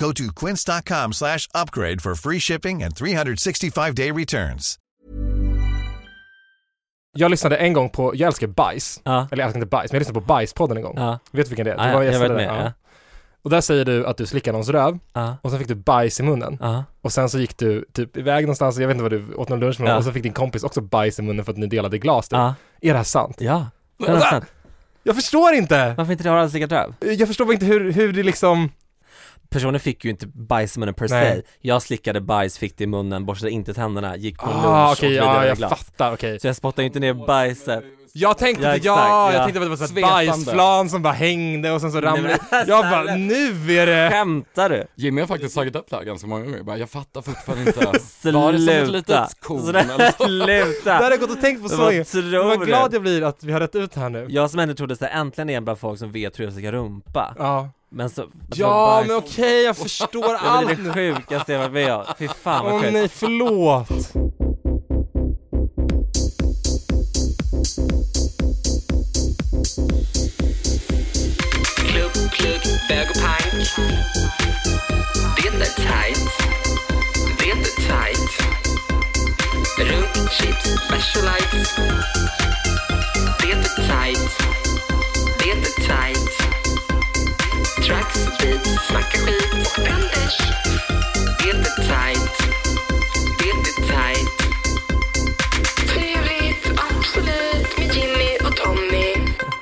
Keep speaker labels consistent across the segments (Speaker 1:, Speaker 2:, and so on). Speaker 1: Go to quince.com slash upgrade for free shipping and 365-day returns.
Speaker 2: Jag lyssnade en gång på, jag älskar bajs.
Speaker 3: Ja.
Speaker 2: Eller jag älskar inte bajs, men jag lyssnade på Bajspodden en gång.
Speaker 3: Ja.
Speaker 2: Vet du vilken det är? Du
Speaker 3: Ja,
Speaker 2: var
Speaker 3: jag
Speaker 2: gäst
Speaker 3: har
Speaker 2: där,
Speaker 3: varit med.
Speaker 2: ja.
Speaker 3: Ja.
Speaker 2: Och där säger du att du slickar någons röv
Speaker 3: Ja.
Speaker 2: och sen fick du bajs i munnen.
Speaker 3: Ja.
Speaker 2: Och sen så gick du typ iväg någonstans, jag vet inte vad du åt någon lunch med någon,
Speaker 3: Ja.
Speaker 2: och så fick din kompis också bajs i munnen för att ni delade glas typ.
Speaker 3: Ja.
Speaker 2: Är det här sant?
Speaker 3: Ja. 100%.
Speaker 2: Jag förstår inte!
Speaker 3: Varför inte det har alltså slickat röv?
Speaker 2: Jag förstår bara inte hur, hur det liksom...
Speaker 3: Personen fick ju inte bajs i munnen per
Speaker 2: Nej.
Speaker 3: se. Jag slickade bajs, fick det i munnen, borstade inte tänderna, gick på lunch
Speaker 2: Ah, okej,
Speaker 3: åt
Speaker 2: ja,
Speaker 3: vidare
Speaker 2: jag
Speaker 3: glatt.
Speaker 2: fattar, okej.
Speaker 3: Så jag spottade ju inte ner bajset.
Speaker 2: Jag tänkte,
Speaker 3: Ja,
Speaker 2: ja,
Speaker 3: exakt,
Speaker 2: ja, jag
Speaker 3: ja.
Speaker 2: tänkte att det var så här
Speaker 4: Svepande.
Speaker 2: bajsflan som bara hängde och sen så ramlade...
Speaker 3: Nej, men-
Speaker 2: Jag bara, nu är det...
Speaker 3: Skämtar du?
Speaker 4: Jimmy har faktiskt tagit upp det här ganska många gånger, bara, jag fattar fortfarande inte. Var det som ett
Speaker 3: Sluta!
Speaker 4: litet korn eller så?
Speaker 2: Det här har
Speaker 3: Sluta!
Speaker 2: jag gått och tänkt på så länge.
Speaker 3: Vad
Speaker 2: Vad
Speaker 3: tror
Speaker 2: glad
Speaker 3: du?
Speaker 2: jag blir att vi har rätt ut här nu.
Speaker 3: Jag som ändå trodde såhär, äntligen är en bra folk som vet hur jag ska rumpa.
Speaker 2: Ja,
Speaker 3: Men så... att det var
Speaker 2: ja
Speaker 3: bajs-
Speaker 2: men okej, jag förstår
Speaker 3: Ja, men
Speaker 2: allt
Speaker 3: Det är det
Speaker 2: nu.
Speaker 3: sjukaste jag varit med om. Fy fan
Speaker 2: Åh
Speaker 3: vad sjukt.
Speaker 2: nej, förlåt.
Speaker 5: Klubb, klubb, bög och pank. Det är tight. Det är tight. Runt chips, bärs och lights. Det är tight. Det är tight. Tracks och beats, snacka skit. Benders. Det är tight. Det är tight. Trevligt, absolut, med Jimmy och Tommy.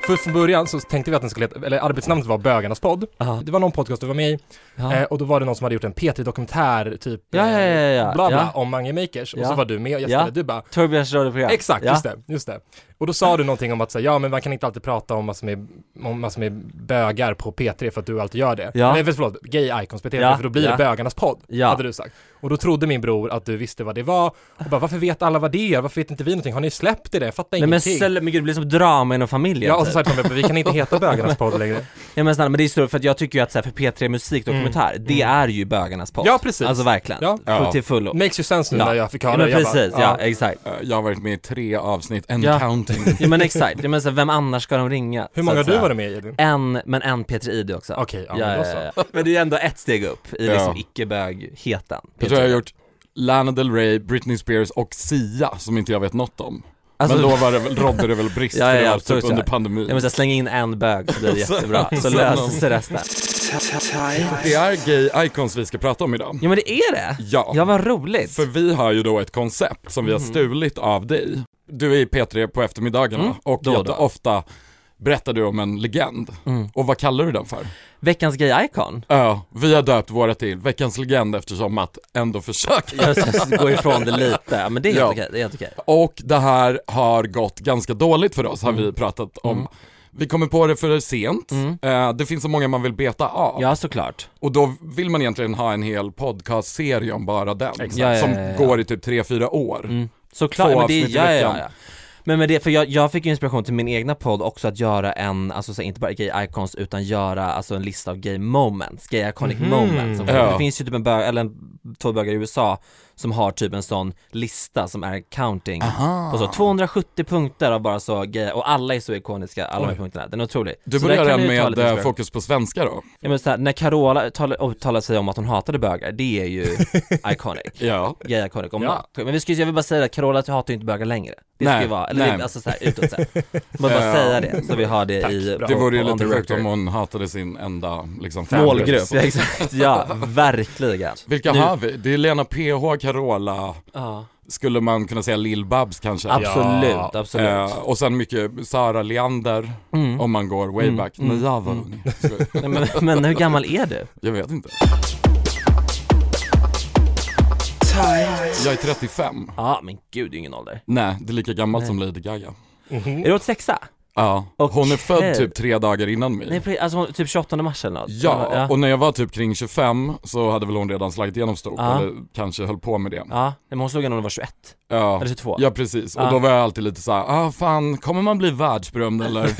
Speaker 2: För från början så tänkte vi att den skulle heta, eller arbetsnamnet var Bögarnas podd.
Speaker 3: Ja.
Speaker 2: Det var någon podcast du var med i
Speaker 3: Ja.
Speaker 2: eh, och då var det någon som hade gjort en P3-dokumentär typ
Speaker 3: Ja, ja, ja, ja,
Speaker 2: eh, bla bla
Speaker 3: ja.
Speaker 2: om Mange Makers och så
Speaker 3: Ja.
Speaker 2: var du med och gästade,
Speaker 3: Ja.
Speaker 2: du bara
Speaker 3: Torbjörns radioprogram.
Speaker 2: Exakt,
Speaker 3: ja.
Speaker 2: just det, just det. Och då sa du någonting om att säga, ja men man kan inte alltid prata om massor med, om massor med bögar på P3 för att du alltid gör det.
Speaker 3: Ja.
Speaker 2: Nej förlåt, gay icons på P3
Speaker 3: Ja,
Speaker 2: för då blir det
Speaker 3: ja.
Speaker 2: bögarnas podd,
Speaker 3: Ja.
Speaker 2: hade du sagt. Och då trodde min bror att du visste vad det var och bara, varför vet alla vad det är? Varför vet inte vi någonting? Har ni släppt det? Jag fattar
Speaker 3: Nej men
Speaker 2: ingenting.
Speaker 3: snälla, men gud det blir som drama inom familjen
Speaker 2: Ja, och så
Speaker 3: typ.
Speaker 2: sa jag till honom, vi kan inte heta bögarnas podd längre.
Speaker 3: Ja men snälla, men det är större för att jag tycker ju att så här, för P3 musikdokumentär, det är ju bögarnas podd.
Speaker 2: Mm. Ja, precis.
Speaker 3: Alltså verkligen.
Speaker 2: Ja.
Speaker 3: Full till fullo.
Speaker 2: Makes ju sense nu när jag fick höra
Speaker 3: ja, men
Speaker 2: det. Jag
Speaker 3: precis,
Speaker 2: bara,
Speaker 3: ja, exakt.
Speaker 4: Eh, Jag har varit med i tre avsnitt, and
Speaker 3: Ja.
Speaker 4: counting.
Speaker 3: Ja men exakt, ja, men så här, vem annars ska de ringa?
Speaker 2: Hur många
Speaker 3: så att
Speaker 2: du
Speaker 3: säga? Eh,
Speaker 2: var det med i? Edvin?
Speaker 3: En, men en P3 ID också.
Speaker 2: Okej, ja, men då så.
Speaker 3: Men det är ju ändå ett steg upp i
Speaker 4: Ja.
Speaker 3: liksom icke-bögheten.
Speaker 4: Jag tror jag har gjort Lana Del Rey, Britney Spears och Sia, som inte jag vet något om.
Speaker 3: Alltså-
Speaker 4: Men då var det, väl- rådde det väl brist,
Speaker 3: Ja, ja,
Speaker 4: för det var
Speaker 3: absolut,
Speaker 4: typ under
Speaker 3: ja.
Speaker 4: pandemin.
Speaker 3: Jag måste slänga in en bög så blir det jättebra, så löser sig resten.
Speaker 4: Det är gay icons vi ska prata om idag.
Speaker 3: Ja men Mhm. det är det!
Speaker 4: Ja.
Speaker 3: Ja vad roligt!
Speaker 4: För vi har ju då ett koncept som vi har stulit av dig. Du är i P3 på eftermiddagarna
Speaker 3: Mm,
Speaker 4: och
Speaker 3: då Mm. och
Speaker 4: jätte-
Speaker 3: då.
Speaker 4: ofta berättar du om en legend. Och vad kallar du den för?
Speaker 3: Veckans gay-icon.
Speaker 4: Ja, vi har döpt våra till Veckans legend eftersom att ändå försöka.
Speaker 3: Jag ska gå ifrån det lite, Ja, men det är helt
Speaker 4: Ja.
Speaker 3: okej, det är helt okej.
Speaker 4: Och det här har gått ganska dåligt för oss, har
Speaker 3: Mm.
Speaker 4: vi pratat om. Vi kommer på det för sent, Eh, det finns så många man vill beta av.
Speaker 3: Ja såklart.
Speaker 4: Och då vill man egentligen ha en hel podcastserie om bara den.
Speaker 3: Ja, ja,
Speaker 4: Som
Speaker 3: ja, ja. Mm.
Speaker 4: går i typ 3-4 år.
Speaker 3: Såklart,
Speaker 4: Två
Speaker 3: men det,
Speaker 4: avsnitt i
Speaker 3: ja, ja,
Speaker 4: veckan.
Speaker 3: ja. Men med det, för jag, jag fick ju inspiration till min egna podd också att göra en, alltså så, här, inte bara gay icons utan göra alltså en lista av gay moments, gay iconic moments. Som,
Speaker 4: Ja.
Speaker 3: Det finns ju typ en bög, eller en, två bögar i USA som har typ en sån lista som är counting på så 270 punkter av bara så gay, och alla är så ikoniska, alla de här punkterna, den är otrolig.
Speaker 4: Du
Speaker 3: Så
Speaker 4: börjar
Speaker 3: där kan
Speaker 4: den
Speaker 3: ju ta
Speaker 4: med
Speaker 3: lite
Speaker 4: eh,
Speaker 3: inspiration.
Speaker 4: fokus på svenska då.
Speaker 3: Ja men så här, när Carola uttalar, uttalar sig om att hon hatade bögar, det är ju iconic
Speaker 4: Ja.
Speaker 3: gay iconic om
Speaker 4: Ja.
Speaker 3: något. Men vi ska, ju- jag vill bara säga att Carola hatar ju inte bögar längre. Det ska
Speaker 4: Nej,
Speaker 3: ju vara, eller
Speaker 4: nej.
Speaker 3: vi, alltså såhär utåt såhär. Man bara
Speaker 4: Ja.
Speaker 3: säga det, så vi har det i,
Speaker 2: bra.
Speaker 4: Det vore ju
Speaker 3: on the
Speaker 4: lite sjukt
Speaker 3: record.
Speaker 4: om hon hatade sin enda liksom,
Speaker 3: Målgrupp,
Speaker 4: fanbase.
Speaker 3: ja, exakt, ja verkligen.
Speaker 4: Vilka
Speaker 3: Nu-
Speaker 4: har vi? Det är Lena PH, Carola,
Speaker 3: Ja,
Speaker 4: skulle man kunna säga Lill-Babs kanske?
Speaker 3: absolut, absolut. Mm.
Speaker 4: Eh, och sen mycket Sara Leander, om man går way back, när jag var ung. Så,
Speaker 3: Nej, men, men hur gammal är du?
Speaker 4: jag vet inte. Jag är 35.
Speaker 3: Ja men gud, det är ingen ålder.
Speaker 4: Nej, det är lika gammalt som Lady Gaga.
Speaker 3: Är du åt sexa?
Speaker 4: Ja, hon är
Speaker 3: Okej.
Speaker 4: född typ tre dagar innan mig.
Speaker 3: Nej, precis, alltså hon- typ 28 mars eller något.
Speaker 4: Ja,
Speaker 3: ja.
Speaker 4: och när jag var typ kring 25 så hade väl hon redan slagit igenom stort,
Speaker 3: Ja.
Speaker 4: eller kanske höll på med det.
Speaker 3: Ja, nej, men hon slog henne när hon var 21,
Speaker 4: Ja,
Speaker 3: eller 22.
Speaker 4: ja precis. Och
Speaker 3: Ja.
Speaker 4: då var jag alltid lite såhär, ah fan, kommer man bli världsberömd eller?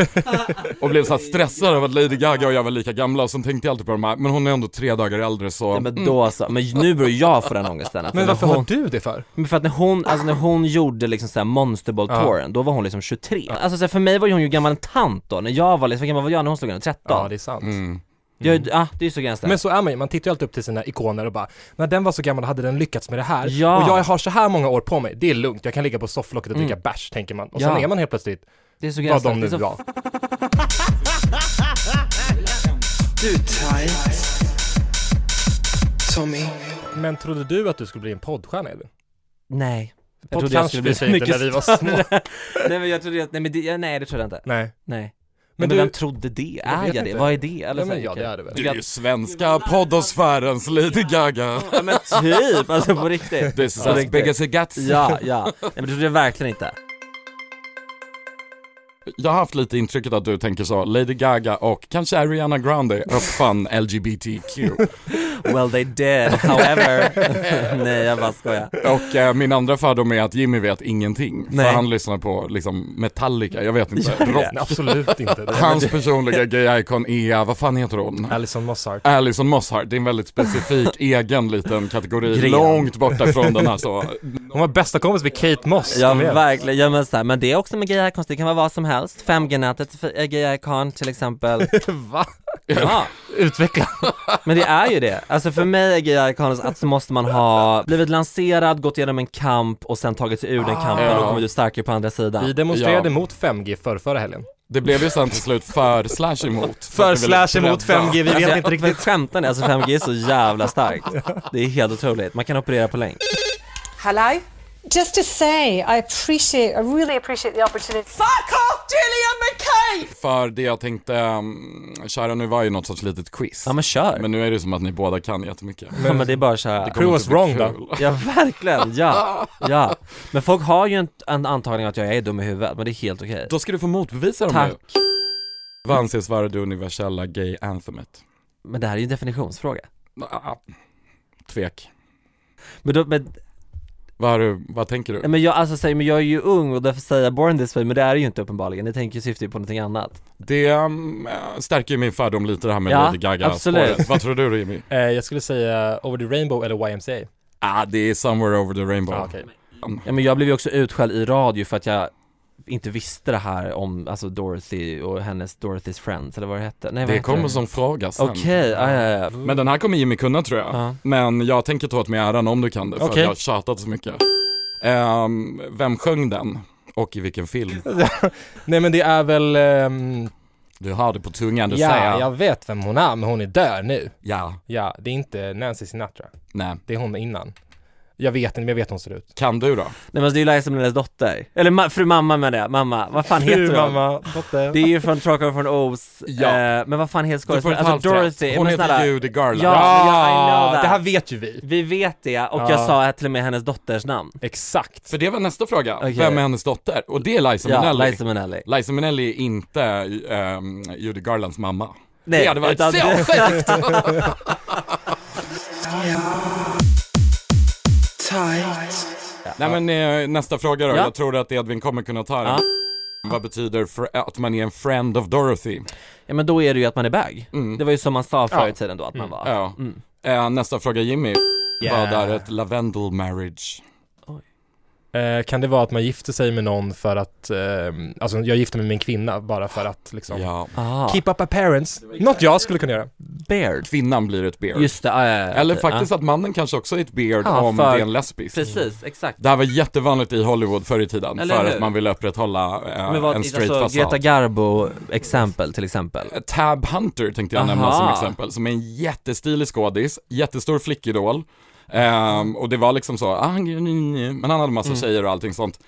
Speaker 4: och blev såhär stressad över att Lady Gaga och jag var lika gamla, och sen tänkte jag alltid på de här, men hon är ändå tre dagar äldre så,
Speaker 3: Ja, men då så, men nu börjar jag få den ångesten. Alltså,
Speaker 2: Men
Speaker 3: när
Speaker 2: varför
Speaker 3: hon,
Speaker 2: har du det för?
Speaker 3: Men för att när hon, alltså
Speaker 2: Ah.
Speaker 3: när hon gjorde liksom såhär monsterball-touren, då var hon liksom 23.
Speaker 2: Ah.
Speaker 3: Alltså såhär, för mig var ju hon ju gammal en tant då, när jag var liksom, vad gammal var jag när hon slog igenom? 13?
Speaker 2: Ja, det är sant.
Speaker 3: Mm. Jag, ja, det är ju så gränsligt.
Speaker 2: Men så är man ju, man tittar ju alltid upp till sina ikoner och bara, när den var så gammal hade den lyckats med det här.
Speaker 3: Ja.
Speaker 2: Och jag har så här många år på mig, det är lugnt, jag kan ligga på sofflocket och dricka bärs, tänker man. Och
Speaker 3: Ja.
Speaker 2: sen är man helt plötsligt,
Speaker 3: det är så
Speaker 2: vad
Speaker 3: gränsligt.
Speaker 2: de nu
Speaker 3: det är så
Speaker 2: var.
Speaker 6: Du tight. Som i...
Speaker 2: Men trodde du att du skulle bli en poddstjärna Edvin?
Speaker 3: Nej. Jag
Speaker 2: Podd
Speaker 3: trodde jag
Speaker 2: kanske
Speaker 3: skulle
Speaker 2: vi
Speaker 3: bli så
Speaker 2: säger inte
Speaker 3: mycket
Speaker 2: när vi var små.
Speaker 3: Nej men jag trodde att, nej men det, ja, nej det trodde jag inte.
Speaker 2: Nej.
Speaker 3: Nej. Men,
Speaker 2: Men
Speaker 3: men
Speaker 2: du-
Speaker 3: vem trodde det? Är
Speaker 2: vet
Speaker 3: jag det?
Speaker 2: inte.
Speaker 3: Vad är det? Eller
Speaker 2: Ja,
Speaker 3: så här,
Speaker 2: men ja,
Speaker 3: okej.
Speaker 2: det är det väl.
Speaker 4: du är ju svenska poddosfärens Lady Gaga.
Speaker 3: Ja men typ, alltså på riktigt.
Speaker 4: This is as big as it gets.
Speaker 3: Ja, ja. Nej men det trodde jag verkligen inte.
Speaker 4: Jag har haft lite intrycket att du tänker så, Lady Gaga och kanske Ariana Grande uppfann LGBTQ.
Speaker 3: Well they did, however. nej jag bara skojar.
Speaker 4: Och eh, min andra fördom är att Jimmy vet ingenting,
Speaker 3: Nej.
Speaker 4: för han lyssnar på liksom Metallica, jag vet inte, rock.
Speaker 2: Nej, absolut inte. Det
Speaker 4: Hans personliga gay-icon är, vad fan heter hon?
Speaker 2: Alison Mossart.
Speaker 4: Alison Mosshart, det är en väldigt specifik egen liten kategori,
Speaker 3: Gren.
Speaker 4: långt borta från den här så.
Speaker 2: Hon var bästa kompis med Kate Moss.
Speaker 3: Ja
Speaker 2: kom igen.
Speaker 3: verkligen, ja, men, så här, men det är också med gay-icons, det kan vara vad som helst. 5G-nätet för eh, gay-icon till exempel.
Speaker 2: Va?
Speaker 3: Ja,
Speaker 2: Utveckla.
Speaker 3: men det är ju det. Alltså för mig är gay-icons att så måste man ha blivit lanserad, gått igenom en kamp och sen tagit sig ur den kampen
Speaker 4: Ja.
Speaker 3: och kommit ut starkare på andra
Speaker 2: Vi
Speaker 3: sidan.
Speaker 2: demonstrerade
Speaker 4: Ja.
Speaker 2: mot 5G förra, förra helgen.
Speaker 4: Det blev ju sen till slut för slash emot. För att vi ville
Speaker 2: vi
Speaker 4: bredda.
Speaker 3: Alltså, jag, men skämtar ni? Alltså 5G är så jävla starkt. Det är helt otroligt. Man kan operera på länk.
Speaker 7: Hello?
Speaker 8: Just to say, I appreciate, I really appreciate the opportunity.
Speaker 7: Fuck off, Gillian McCabe!
Speaker 4: För det jag tänkte, um, kära nu var ju något sorts litet quiz.
Speaker 3: Ja men kör.
Speaker 4: Men nu är det som att ni båda kan jättemycket.
Speaker 3: ja, men det är bara så här.
Speaker 2: Prove us wrong då.
Speaker 3: Ja verkligen, ja, ja. Men folk har ju en, en antagning att jag är dum i huvudet, men det är helt okej.
Speaker 4: Då ska du få motbevisa dem
Speaker 3: Tack.
Speaker 4: nu. Vad anses vara det universella gay-anthemet?
Speaker 3: Men det här är ju en definitionsfråga.
Speaker 4: Ah, Tvek.
Speaker 3: Men, då, men,
Speaker 4: Vad, har du, vad tänker
Speaker 3: nej,
Speaker 4: du?
Speaker 3: men jag, alltså, säger, men jag är ju ung och därför säger jag born this way, men det är det ju inte uppenbarligen, ni tänker ju syftar ju på någonting annat.
Speaker 4: Det um, äh, stärker ju min fördom lite det här med
Speaker 3: Ja,
Speaker 4: Lady Gaga
Speaker 3: absolut.
Speaker 4: spåret. Vad tror du då, Jimmy?
Speaker 2: Eh, jag skulle säga Over the Rainbow eller YMCA.
Speaker 4: Ah, det är somewhere over the rainbow.
Speaker 2: Ah, okej.
Speaker 3: Ja men jag blev ju också utskälld i radio för att jag inte visste det här om, alltså Dorothy och hennes Dorothys friends, eller vad det hette. Nej, vad
Speaker 4: Det
Speaker 3: heter
Speaker 4: kommer som fråga sen.
Speaker 3: Okej, ja, ja, ja.
Speaker 4: Men den här kommer Jimmy kunna tror jag.
Speaker 3: Ja.
Speaker 4: Men jag tänker ta åt mig äran om du kan det, för
Speaker 2: Okej.
Speaker 4: jag har tjatat så mycket. Ehm, vem sjöng den? Och i vilken film?
Speaker 2: Nej men det är väl, ehm,
Speaker 4: Du har det på tungan, du
Speaker 2: ja
Speaker 4: säger.
Speaker 2: jag vet vem hon är men hon är död nu.
Speaker 4: Ja,
Speaker 2: Ja, det är inte Nancy Sinatra.
Speaker 4: nej.
Speaker 2: Det är hon innan. Jag vet inte men jag vet hur hon ser ut.
Speaker 4: Kan du då?
Speaker 3: Nej men alltså, det är ju Liza Minnellis dotter, eller ma- fru mamma med det, mamma, vad fan heter hon? Det är ju från Trollkarlen från Oz,
Speaker 4: Ja.
Speaker 3: eh, men vad fan heter
Speaker 4: Du får
Speaker 3: skådespelaren?
Speaker 4: ett halvt
Speaker 3: Alltså Dorothy,
Speaker 4: rätt. Hon
Speaker 3: men
Speaker 4: heter
Speaker 3: snälla,
Speaker 4: Judy Garland.
Speaker 3: Ja, ja, I know
Speaker 2: det
Speaker 3: that.
Speaker 2: här vet ju vi.
Speaker 3: vi vet det och jag
Speaker 2: Ja.
Speaker 3: sa till och med hennes dotters namn.
Speaker 2: Exakt.
Speaker 4: För det var nästa fråga.
Speaker 3: Okej.
Speaker 4: Vem är hennes dotter? Och det är Liza
Speaker 3: Ja,
Speaker 4: Minnelli.
Speaker 3: Liza Minnelli.
Speaker 4: Liza Minnelli är inte ehm, Judy Garlands mamma.
Speaker 3: Nej,
Speaker 4: det hade varit
Speaker 3: utan-
Speaker 4: så sjukt!
Speaker 6: Tight.
Speaker 4: Nej men eh, nästa fråga då,
Speaker 3: Ja.
Speaker 4: jag tror att Edvin kommer kunna ta den.
Speaker 3: Ja.
Speaker 4: Vad betyder fr- att man är en friend of Dorothy?
Speaker 3: Ja men då är det ju att man är bög.
Speaker 4: Mm.
Speaker 3: Det var ju som man sa förr i
Speaker 4: Ja.
Speaker 3: tiden då att man var.
Speaker 4: Ja.
Speaker 3: Mm.
Speaker 4: Eh, nästa fråga Jimmy.
Speaker 2: Yeah.
Speaker 4: Vad är ett lavendel marriage?
Speaker 2: Eh, kan det vara att man gifter sig med någon för att, eh, alltså jag gifter mig med en kvinna bara för att liksom
Speaker 4: Ja.
Speaker 3: Ah,
Speaker 2: Keep up appearance. Något jag skulle kunna göra.
Speaker 3: beard.
Speaker 4: Kvinnan blir ett beard.
Speaker 3: Just det, ja, ja, ja,
Speaker 4: Eller
Speaker 3: ja.
Speaker 4: faktiskt att mannen kanske också är ett beard
Speaker 3: Ja,
Speaker 4: om
Speaker 3: för-
Speaker 4: det är en lesbisk.
Speaker 3: Precis, exakt.
Speaker 4: Det här var jättevanligt i Hollywood förr i tiden
Speaker 3: Eller
Speaker 4: för
Speaker 3: hur?
Speaker 4: att man ville upprätthålla eh,
Speaker 3: Men vad,
Speaker 4: en straight
Speaker 3: alltså,
Speaker 4: fasad.
Speaker 3: Greta Garbo exempel till exempel.
Speaker 4: Eh, Tab Hunter tänkte jag nämna
Speaker 3: Aha.
Speaker 4: som exempel, som är en jättestilig skådis, jättestor flickidol. Ehm, och det var liksom så, ah, han- men han hade massa
Speaker 3: Mm.
Speaker 4: tjejer och allting sånt.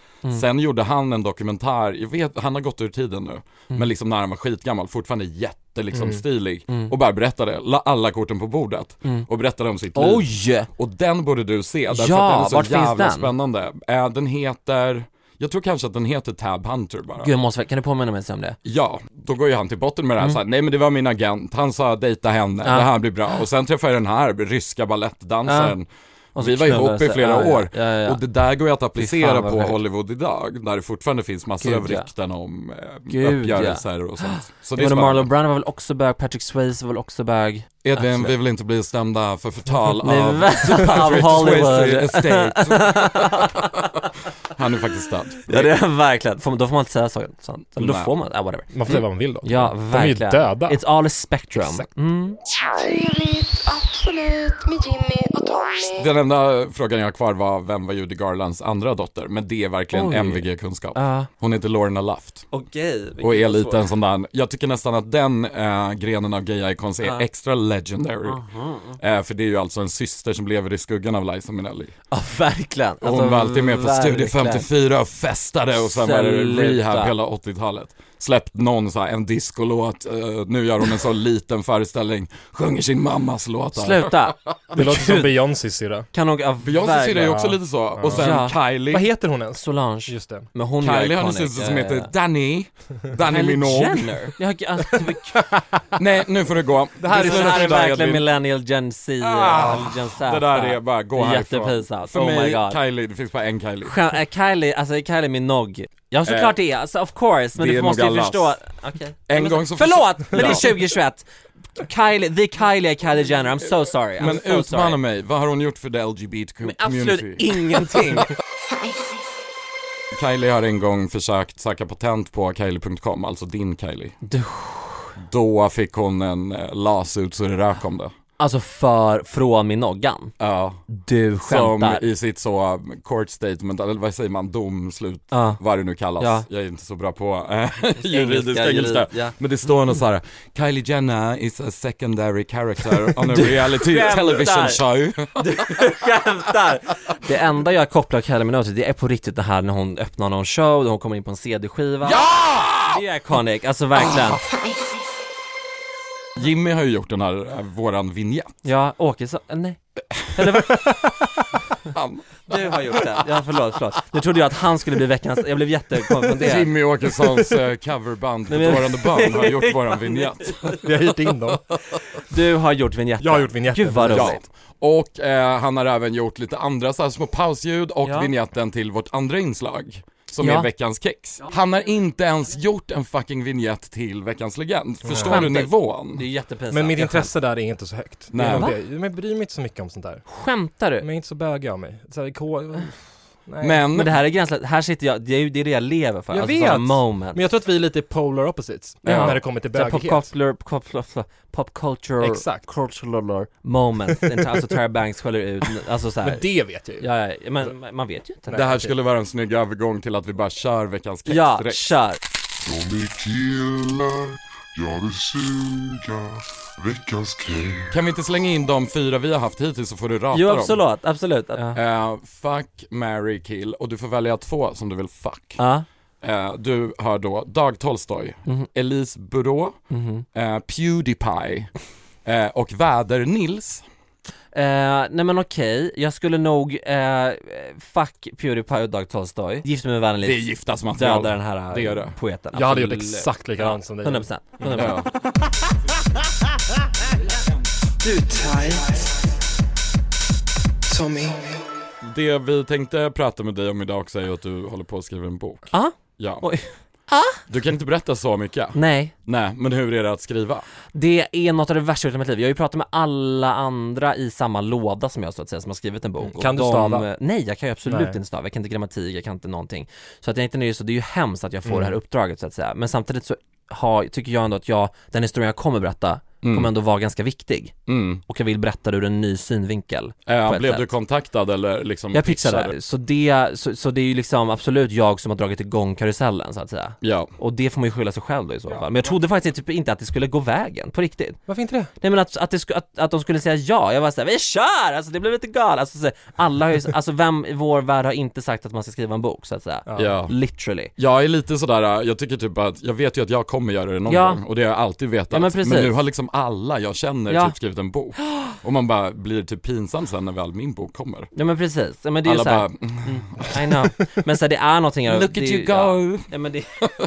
Speaker 4: Sen gjorde han en dokumentär, jag vet, han har gått ur tiden
Speaker 3: Mm.
Speaker 4: nu, men liksom när han var skitgammal, fortfarande jätte liksom stilig.
Speaker 3: Mm.
Speaker 4: Och bara berättade, la alla korten på bordet och berättade om sitt liv.
Speaker 3: Oj!
Speaker 4: Och den borde du se, därför
Speaker 3: Ja,
Speaker 4: att den är så
Speaker 3: vart finns
Speaker 4: jävla
Speaker 3: den?
Speaker 4: spännande. Eh, den heter, Jag tror kanske att den heter Tab Hunter bara.
Speaker 3: Gud, jag måste, kan du påminna mig om det?
Speaker 4: Ja, då går ju han till botten med det här så här, nej men det var min agent, han sa dejta henne,
Speaker 3: Mm. Ja.
Speaker 4: det här blir bra. Och sen träffade jag den här ryska balettdansaren.
Speaker 3: Och så
Speaker 4: Vi var
Speaker 3: knullar
Speaker 4: ihop i
Speaker 3: sig.
Speaker 4: flera
Speaker 3: Ja, ja,
Speaker 4: år.
Speaker 3: ja, ja, ja.
Speaker 4: Och det där går ju att
Speaker 3: Fy
Speaker 4: applicera
Speaker 3: fan, vad
Speaker 4: på
Speaker 3: sjukt.
Speaker 4: Hollywood idag, där det fortfarande finns massor
Speaker 3: Gud,
Speaker 4: av
Speaker 3: ja.
Speaker 4: rykten om eh,
Speaker 3: Gud, ja.
Speaker 4: uppgörelser och sånt. Så det är
Speaker 3: Men Marlon
Speaker 4: spännande.
Speaker 3: Brando var väl också bög, Patrick Swayze var väl också bög?
Speaker 4: Edvin,
Speaker 3: Absolut.
Speaker 4: vi vill inte bli stämda för förtal
Speaker 3: Nej,
Speaker 4: av
Speaker 3: va? Av
Speaker 4: Patrick
Speaker 3: Hollywood.
Speaker 4: Swayze Estate. Han är faktiskt död.
Speaker 3: Ja det är verkligen, får man, då får man inte säga så- sånt. Eller då
Speaker 4: Nej.
Speaker 3: får man, ja whatever.
Speaker 2: Man får säga vad man vill då.
Speaker 3: Ja,
Speaker 2: De är ju
Speaker 3: verkligen.
Speaker 2: döda.
Speaker 3: It's all a spectrum.
Speaker 2: Exakt.
Speaker 3: Mm.
Speaker 5: Trevligt, absolut, med Jimmy och Tommy.
Speaker 4: Den enda frågan jag har kvar var vem var Judy Garlands andra dotter? Men det är verkligen
Speaker 3: Oj.
Speaker 4: MVG-kunskap.
Speaker 3: Ja.
Speaker 4: Hon heter Lorna Luft
Speaker 3: Okej.
Speaker 4: och är lite en sån där, jag tycker nästan att den eh, grenen av gay icons är extra legendary. Eh, för det är ju alltså en syster som lever i skuggan av Liza Minnelli.
Speaker 3: Ja verkligen.
Speaker 4: Och hon var alltid med på Studio 54 och festade och sen var det
Speaker 3: Sluta.
Speaker 4: rehab hela 80-talet. Släppt någon så här, en discolåt, eh, nu gör hon en sån liten föreställning, sjunger sin mammas låtar.
Speaker 3: Sluta.
Speaker 2: Det låter som Beyoncés syrra.
Speaker 3: Kan hon, ja,
Speaker 4: Beyoncé ser
Speaker 3: verkligen.
Speaker 4: ju också lite så, och sen
Speaker 3: Ja.
Speaker 2: Vad
Speaker 4: Kylie.
Speaker 2: heter hon ens?
Speaker 3: Solange.
Speaker 2: Just det.
Speaker 3: Men hon är
Speaker 4: Kylie har en
Speaker 3: iconic.
Speaker 4: syster som
Speaker 3: Ja,
Speaker 4: heter
Speaker 3: ja, ja.
Speaker 4: Danny, Danny
Speaker 3: Kylie
Speaker 4: Minogue.
Speaker 3: Jenner? Jag, alltså, det
Speaker 4: Nej, nu får du gå. Det
Speaker 3: här är, det här är verkligen
Speaker 4: Edvin.
Speaker 3: millennial gen Z, eller gen Z.
Speaker 4: Ah, Det där är bara, gå härifrån.
Speaker 3: Jättepinsamt.
Speaker 4: För
Speaker 3: Oh my
Speaker 4: mig,
Speaker 3: God.
Speaker 4: Kylie, det finns bara en Kylie.
Speaker 3: Skä- är Kylie, alltså är Kylie Minogue? Ja såklart det är, alltså of course, men
Speaker 4: Eh, Det
Speaker 3: du
Speaker 4: är
Speaker 3: måste
Speaker 4: nog
Speaker 3: ju
Speaker 4: alla.
Speaker 3: förstå Okej.
Speaker 4: En
Speaker 3: Men-
Speaker 4: gång så-
Speaker 3: Förlåt! Men det
Speaker 4: Ja.
Speaker 3: är 2021 Kylie, the Kylie är Kylie Jenner, I'm so sorry, I'm
Speaker 4: Men
Speaker 3: so
Speaker 4: utmana
Speaker 3: sorry.
Speaker 4: mig, vad har hon gjort för det LGBTQ
Speaker 3: Men absolut
Speaker 4: community?
Speaker 3: ingenting!
Speaker 4: Kylie har en gång försökt söka patent på Kylie.com, alltså din Kylie. Då fick hon en eh, lasut så det rök om det.
Speaker 3: Alltså för, från Minoggan?
Speaker 4: Ja.
Speaker 3: Du
Speaker 4: Som
Speaker 3: skämtar?
Speaker 4: i sitt så um, court statement, eller vad säger man, domslut,
Speaker 3: Ja.
Speaker 4: vad det nu kallas.
Speaker 3: Ja.
Speaker 4: Jag är inte så bra på eh, juridiska
Speaker 3: jurid-
Speaker 4: engelska.
Speaker 3: ja.
Speaker 4: Men det står något så här: Kylie Jenner is a secondary character on a reality television show.
Speaker 3: Skämtar! Det enda jag kopplar Kylie Minogue till, det är på riktigt det här när hon öppnar någon show, när hon kommer in på en CD-skiva
Speaker 4: ja!
Speaker 3: Det är iconic, alltså verkligen
Speaker 4: Jimmy har ju gjort den här, eh, våran vignett.
Speaker 3: Ja, Åkesson, nej
Speaker 4: Han,
Speaker 3: Du har gjort det, ja förlåt, förlåt. Nu trodde jag att han skulle bli veckans, jag blev jättekonfunderad.
Speaker 4: Jimmy Åkessons eh, coverband på
Speaker 3: Nej, men-
Speaker 4: Dåran the Bun har gjort våran vignett.
Speaker 2: Vi har hyrt in dem.
Speaker 3: Du har gjort vignetten.
Speaker 2: Jag har gjort vignetten.
Speaker 3: Gud vad
Speaker 4: Ja.
Speaker 3: roligt.
Speaker 4: Och eh, han har även gjort lite andra så här små pausljud och
Speaker 3: Ja.
Speaker 4: vignetten till vårt andra inslag. Som
Speaker 3: Ja.
Speaker 4: är veckans kex. Han har inte ens gjort en fucking vignett till veckans legend. Förstår du
Speaker 3: Skämtar.
Speaker 4: nivån?
Speaker 3: Det är jättepinsamt.
Speaker 2: Men mitt
Speaker 3: Jag
Speaker 2: intresse där är inte så högt.
Speaker 4: Nej.
Speaker 2: Nej. Det är nog
Speaker 4: Va?
Speaker 2: det. Men jag bryr mig inte så mycket om sånt där.
Speaker 3: skäm- Skämtar
Speaker 2: Men
Speaker 3: du?
Speaker 2: jag är inte så bögig av mig. Så här, K... Nej.
Speaker 4: Men,
Speaker 3: Men det här är gränslöst, här sitter jag, det är ju det, är det jag lever för.
Speaker 2: Jag
Speaker 3: alltså
Speaker 2: vet.
Speaker 3: sådana moment.
Speaker 2: Men jag tror att vi är lite polar opposites
Speaker 4: Ja.
Speaker 2: när det kommer till
Speaker 3: Så här pop
Speaker 2: bögighet.
Speaker 3: culture, pop, pop, pop culture,
Speaker 2: Exakt.
Speaker 3: cultural moments, Inte- alltså Tara Banks skäller ut, alltså såhär,
Speaker 2: Men det vet jag ju.
Speaker 3: ja, ja, men man vet ju inte.
Speaker 4: det här skulle vara en snygg övergång till att vi bara kör veckans kex
Speaker 3: Ja,
Speaker 4: direkt.
Speaker 3: kör!
Speaker 9: Tommy killar, jag vill suga veckans kräm.
Speaker 4: Kan vi inte slänga in de fyra vi har haft hittills så får du rata
Speaker 3: Jo
Speaker 4: dem?
Speaker 3: absolut, absolut. Ja.
Speaker 4: Eh, fuck, marry, kill och du får välja två som du vill fuck.
Speaker 3: Ja.
Speaker 4: Eh, du har då Dag Tolstoy,
Speaker 3: Mhm.
Speaker 4: Elise Burå, eh, Pewdiepie eh, och Väder-Nils.
Speaker 3: Eh, nej men okej, jag skulle nog, eh, fuck Pewdiepie och Dag Tolstoy, gift mig med Vanelli.
Speaker 4: Det är giftasmaterial.
Speaker 3: döda den här
Speaker 4: Det gör det.
Speaker 3: poeten.
Speaker 2: Jag hade gjort
Speaker 3: Absolut.
Speaker 2: exakt likadant som dig.
Speaker 3: 100%. 100%.
Speaker 4: Ja.
Speaker 6: Du tight. Tommy.
Speaker 4: Det vi tänkte prata med dig om idag också är ju att du håller på att skriva en bok.
Speaker 3: Ja.
Speaker 4: Ja.
Speaker 3: Ah?
Speaker 4: Ah?
Speaker 3: Oj. Ah?
Speaker 4: Du kan inte berätta så mycket.
Speaker 3: Nej,
Speaker 4: Nej, men hur är det att skriva?
Speaker 3: det är något av det värsta jag gjort i mitt liv. Jag har ju pratat med alla andra i samma låda som jag så att säga, som har skrivit en bok. Och
Speaker 2: Kan du
Speaker 3: de,
Speaker 2: stava?
Speaker 3: Nej, jag kan ju absolut
Speaker 2: Nej.
Speaker 3: inte stava. Jag kan inte grammatik, jag kan inte någonting. Så att jag inte är så, det är ju hemskt att jag får det här uppdraget så att säga. Men samtidigt så har, tycker jag ändå att jag, den historien jag kommer berätta, kommer ändå vara ganska viktig.
Speaker 4: Mm.
Speaker 3: Och jag vill berätta det ur en ny synvinkel. på
Speaker 4: Eh,
Speaker 3: ett
Speaker 4: blev
Speaker 3: sätt.
Speaker 4: du kontaktad eller liksom
Speaker 3: Jag pitchade, så det, så, så det är ju liksom absolut jag som har dragit igång karusellen så att säga.
Speaker 4: Ja.
Speaker 3: Och det får man ju skylla sig själv då i så fall. Men jag trodde faktiskt typ inte att det skulle gå vägen, på riktigt.
Speaker 2: Varför inte det?
Speaker 3: Nej men att, att, det sku, att, att de skulle säga ja, jag var såhär vi kör! Alltså det blev lite galet, alltså, så, alla har ju, alltså vem i vår värld har inte sagt att man ska skriva en bok så att säga?
Speaker 4: Ja.
Speaker 3: Literally.
Speaker 4: Jag är lite sådär, jag tycker typ att, jag vet ju att jag kommer göra det någon
Speaker 3: Ja.
Speaker 4: gång och det har jag alltid vetat.
Speaker 3: Ja, men precis.
Speaker 4: nu har liksom alla jag känner
Speaker 3: Ja.
Speaker 4: typ skrivit en bok. Och man bara blir typ pinsam sen när väl min bok kommer.
Speaker 3: Ja men precis, ja, men det är
Speaker 4: Alla
Speaker 3: ju så här,
Speaker 4: bara, "Mm,
Speaker 3: I know. Men så här, det är någonting
Speaker 4: look at
Speaker 3: det, är
Speaker 4: you
Speaker 3: ju-
Speaker 4: go!
Speaker 3: Ja, ja, men det,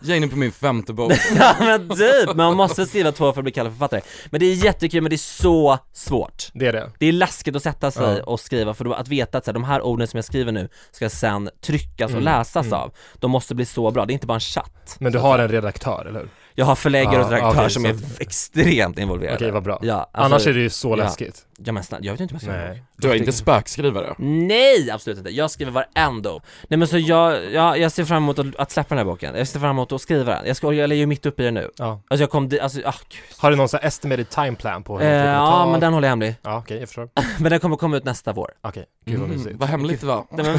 Speaker 4: Jag är inne på min femte bok.
Speaker 3: ja men typ, men man måste skriva två för att bli kallad författare. Men det är jättekul men det är så svårt.
Speaker 2: Det är det.
Speaker 3: Det är läskigt att sätta sig
Speaker 2: Ja.
Speaker 3: och skriva för då att veta att så här, de här orden som jag skriver nu ska sen tryckas
Speaker 4: Mm,
Speaker 3: och läsas av. De måste bli så bra, det är inte bara en chatt.
Speaker 2: Men du har en redaktör, eller hur?
Speaker 3: Jag har förläggare
Speaker 2: Ja,
Speaker 3: och redaktör
Speaker 2: okej,
Speaker 3: som
Speaker 2: så
Speaker 3: är
Speaker 2: att-
Speaker 3: extremt involverade.
Speaker 2: Okej, vad bra.
Speaker 3: Ja, alltså-
Speaker 2: Annars är det ju så
Speaker 3: ja.
Speaker 2: läskigt.
Speaker 3: Ja men snälla, jag vet inte vad jag ska
Speaker 2: Nej.
Speaker 3: göra.
Speaker 4: Du är inte spökskrivare?
Speaker 3: Nej, absolut inte. Jag skriver varenda ord. Nej men så jag, jag, jag ser fram emot att, att släppa den här boken. Jag ser fram emot att skriva den. Jag, ska, jag är ju mitt uppe i den nu.
Speaker 2: Ja.
Speaker 3: Alltså jag kom di- alltså, ah gud.
Speaker 2: Har du någon sån här estimated time plan på hur
Speaker 3: Eh,
Speaker 2: lång tid det
Speaker 3: ja
Speaker 2: tar?
Speaker 3: men den håller jag hemlig.
Speaker 2: Ja, okej, jag förstår.
Speaker 3: Men den kommer komma ut nästa vår.
Speaker 2: Okej, gud
Speaker 3: Mm,
Speaker 2: vad mysigt.
Speaker 4: Mm, Vad hemligt det var.
Speaker 3: Nej, men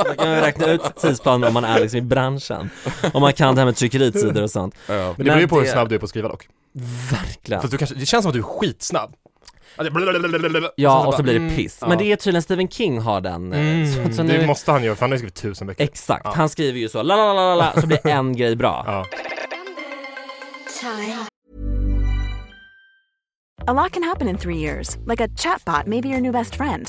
Speaker 3: man kan ju räkna ut tidsplanen om man är liksom i branschen. Om man kan det här med tryckeritider och sånt.
Speaker 4: Ja.
Speaker 2: Men det beror ju på hur
Speaker 3: det-
Speaker 2: snabb du är på att skriva dock.
Speaker 3: Verkligen.
Speaker 2: För du kanske, det känns som att du är skitsnabb. Att det-
Speaker 3: Ja, och
Speaker 2: bara,
Speaker 3: så blir
Speaker 2: mm,
Speaker 3: det piss.
Speaker 2: ja.
Speaker 3: Men det är tydligen Stephen King har den. eh,
Speaker 2: Mm,
Speaker 3: så, så
Speaker 2: det
Speaker 3: nu,
Speaker 2: måste han göra för han har ju skrivit tusen böcker.
Speaker 3: Exakt,
Speaker 2: Ja.
Speaker 3: han skriver ju så, la la la la la, så blir en grej bra.
Speaker 2: Ja.
Speaker 10: A lot can happen in three years, like a chatbot may be your new best friend.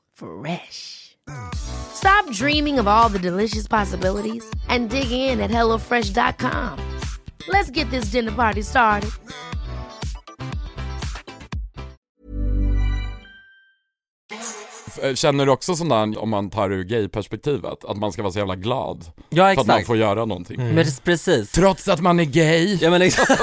Speaker 5: Fresh. Stop dreaming of all the delicious possibilities and dig in at HelloFresh.com. Let's get this dinner party started.
Speaker 4: F- Eh, Känner du också sån där, om man tar ur gay-perspektivet, att man ska vara så jävla glad
Speaker 3: Ja
Speaker 4: för att man
Speaker 3: exakt,
Speaker 4: får göra någonting?
Speaker 2: Mm.
Speaker 3: men precis.
Speaker 4: Trots att man är gay!
Speaker 3: Ja men, liksom,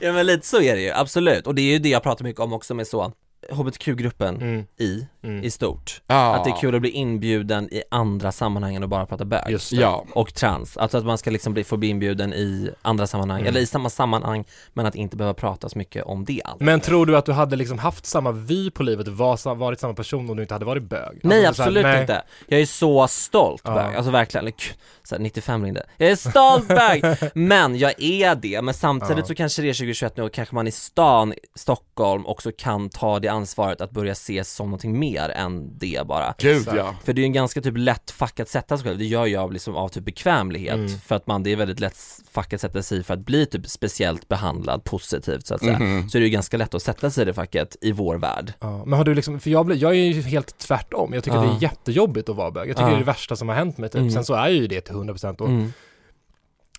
Speaker 3: ja men lite så är det ju, absolut. Och det är ju det jag pratar mycket om också med så HBTQ-gruppen
Speaker 2: Mm.
Speaker 3: i, i stort.
Speaker 4: Ja.
Speaker 3: Att det är kul att bli inbjuden i andra sammanhang än att bara prata bög.
Speaker 2: Just det.
Speaker 4: Ja,
Speaker 3: Och trans, alltså att man ska liksom bli, få bli inbjuden i andra sammanhang,
Speaker 2: Mm.
Speaker 3: eller i samma sammanhang, men att inte behöva prata så mycket om det alls.
Speaker 2: Men tror du att du hade liksom haft samma vy på livet, var, varit samma person om du inte hade varit bög?
Speaker 3: Nej
Speaker 2: Alltså, så här,
Speaker 3: absolut
Speaker 2: nej.
Speaker 3: inte, jag är så stolt
Speaker 2: Ja.
Speaker 3: bög, alltså verkligen, eller, gud, så här, 95 ringde, jag är stolt bög! Men jag är det, men samtidigt så kanske det är 2021 nu och kanske man i stan, Stockholm, också kan ta det ansvaret att börja ses som någonting mer än det bara.
Speaker 4: gud ja.
Speaker 3: För det är ju en ganska typ lätt fuck att sätta sig själv, det gör jag liksom av typ bekvämlighet
Speaker 2: Mm.
Speaker 3: för att man, det är väldigt lätt fuck att sätta sig i för att bli typ speciellt behandlad positivt så att säga.
Speaker 2: Mm-hmm.
Speaker 3: Så det är ju ganska lätt att sätta sig i det facket i vår värld.
Speaker 2: Ja, men har du liksom, för jag, blir, jag är ju helt tvärtom, jag tycker
Speaker 3: Ja.
Speaker 2: det är jättejobbigt att vara bög, jag tycker
Speaker 3: Ja.
Speaker 2: det är det värsta som har hänt mig typ.
Speaker 3: Mm.
Speaker 2: Sen så är jag ju det till 100% och
Speaker 3: Mm.